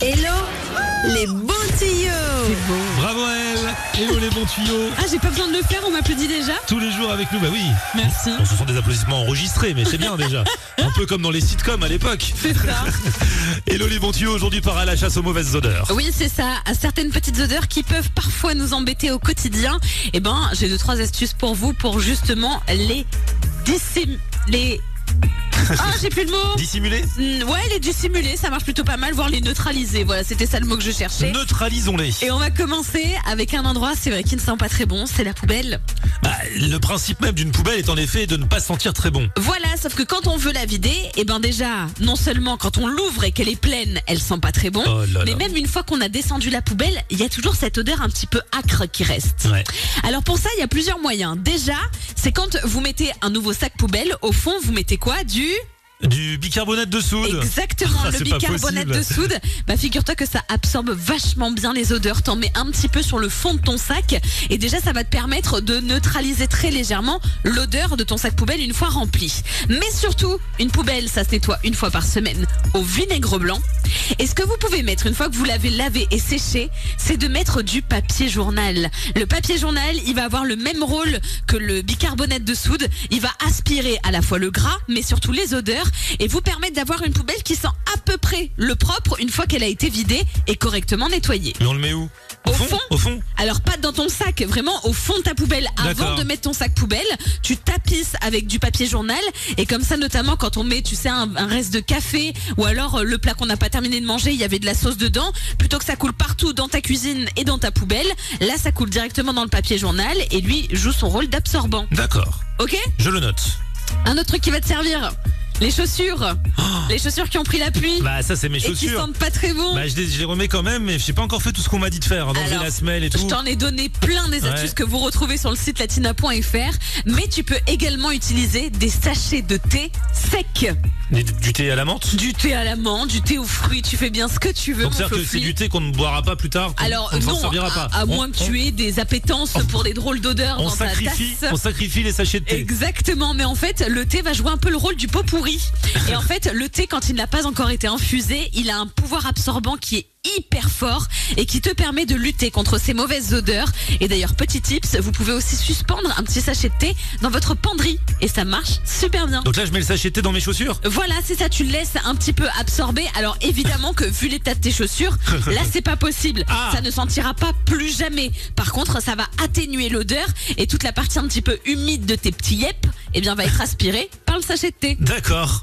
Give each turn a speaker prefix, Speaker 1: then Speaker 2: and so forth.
Speaker 1: Hello les bons tuyaux
Speaker 2: Bravo à elle Hello les bons tuyaux
Speaker 3: Ah, j'ai pas besoin de le faire, on m'applaudit déjà.
Speaker 2: Tous les jours avec nous, bah oui
Speaker 3: Merci.
Speaker 2: Bon, Ce sont des applaudissements enregistrés, mais c'est bien déjà Un peu comme dans les sitcoms à l'époque
Speaker 3: C'est ça.
Speaker 2: Hello les bons tuyaux, aujourd'hui part à la chasse aux mauvaises odeurs
Speaker 3: Oui, c'est ça. À certaines petites odeurs qui peuvent parfois nous embêter au quotidien, eh ben, j'ai deux, trois astuces pour vous pour justement les dissim... les... Ah, j'ai plus le mot
Speaker 2: Dissimulés
Speaker 3: Mm, Ouais, les dissimuler, ça marche plutôt pas mal, voire les neutraliser. Voilà, c'était ça le mot que je cherchais.
Speaker 2: Neutralisons-les
Speaker 3: Et on va commencer avec un endroit, c'est vrai, qui ne sent pas très bon, c'est la poubelle.
Speaker 2: Bah, Le principe même d'une poubelle est en effet de ne pas sentir très bon
Speaker 3: Voilà, sauf que quand on veut la vider, eh ben déjà, non seulement quand on l'ouvre et qu'elle est pleine, elle sent pas très bon,
Speaker 2: Oh là là.
Speaker 3: mais même une fois qu'on a descendu la poubelle, il y a toujours cette odeur un petit peu acre qui reste.
Speaker 2: Ouais.
Speaker 3: Alors pour ça, il y a plusieurs moyens. Déjà, c'est quand vous mettez un nouveau sac poubelle, au fond, vous mettez quoi Du
Speaker 2: Du bicarbonate de soude
Speaker 3: Exactement,
Speaker 2: Ah,
Speaker 3: le
Speaker 2: c'est pas
Speaker 3: bicarbonate
Speaker 2: possible.
Speaker 3: de soude. Bah figure-toi que ça absorbe vachement bien les odeurs. T'en mets un petit peu sur le fond de ton sac et déjà ça va te permettre de neutraliser très légèrement l'odeur de ton sac poubelle une fois rempli. Mais surtout, une poubelle, ça se nettoie une fois par semaine au vinaigre blanc. Et ce que vous pouvez mettre une fois que vous l'avez lavé et séché, c'est de mettre du papier journal. Le papier journal, il va avoir le même rôle que le bicarbonate de soude. Il va aspirer à la fois le gras, mais surtout les odeurs, et vous permettre d'avoir une poubelle qui sent à peu près le propre une fois qu'elle a été vidée et correctement nettoyée.
Speaker 2: Mais on le met où
Speaker 3: Au fond
Speaker 2: Au fond
Speaker 3: Alors pas dans ton sac, vraiment au fond de ta poubelle. Avant
Speaker 2: D'accord.
Speaker 3: de mettre ton sac poubelle, tu tapisses avec du papier journal et comme ça notamment quand on met, tu sais, un, un reste de café ou alors euh, le plat qu'on n'a pas terminé de manger, il y avait de la sauce dedans, plutôt que ça coule partout dans ta cuisine et dans ta poubelle, là ça coule directement dans le papier journal et lui joue son rôle d'absorbant.
Speaker 2: D'accord,
Speaker 3: Ok
Speaker 2: je le note
Speaker 3: Un autre truc qui va te servir, les chaussures. Les chaussures qui ont pris la pluie.
Speaker 2: Oh. Bah ça c'est mes
Speaker 3: et qui
Speaker 2: chaussures
Speaker 3: sentent pas très bon.
Speaker 2: Bah je les, je les remets quand même, mais j'ai pas encore fait tout ce qu'on m'a dit de faire D'enlever
Speaker 3: Alors,
Speaker 2: la semelle et
Speaker 3: Je
Speaker 2: tout
Speaker 3: t'en ai donné plein des
Speaker 2: Ouais.
Speaker 3: astuces que vous retrouvez sur le site latina.fr, mais tu peux également utiliser des sachets de thé sec.
Speaker 2: Des- Du thé à la menthe
Speaker 3: Du thé à la menthe, du thé aux fruits, tu fais bien ce que tu veux.
Speaker 2: Donc
Speaker 3: mon
Speaker 2: c'est-à-dire que
Speaker 3: Flofli.
Speaker 2: c'est du thé qu'on ne boira pas plus tard. qu'on-
Speaker 3: Alors
Speaker 2: qu'on ne s'en
Speaker 3: non,
Speaker 2: servira
Speaker 3: à,
Speaker 2: pas.
Speaker 3: à
Speaker 2: On-
Speaker 3: moins que
Speaker 2: on-
Speaker 3: tu aies des appétences pour des drôles d'odeurs
Speaker 2: On
Speaker 3: dans ta
Speaker 2: sacrifie,
Speaker 3: tasse.
Speaker 2: on sacrifie les sachets de thé.
Speaker 3: Exactement, mais en fait, le thé va jouer un peu le rôle du pot pourri. Et en fait, le thé, quand il n'a pas encore été infusé, il a un pouvoir absorbant qui est hyper fort et qui te permet de lutter contre ces mauvaises odeurs. Et d'ailleurs, petit tips, vous pouvez aussi suspendre un petit sachet de thé dans votre penderie et ça marche super bien.
Speaker 2: Donc là, je mets le sachet de thé dans mes chaussures.
Speaker 3: Voilà, c'est ça, tu le laisses un petit peu absorber. Alors évidemment que vu l'état de tes chaussures, là c'est pas possible.
Speaker 2: Ah.
Speaker 3: Ça ne sentira pas plus jamais. Par contre, ça va atténuer l'odeur et toute la partie un petit peu humide de tes petits yep, eh bien va être aspirée par le sachet de thé.
Speaker 2: D'accord.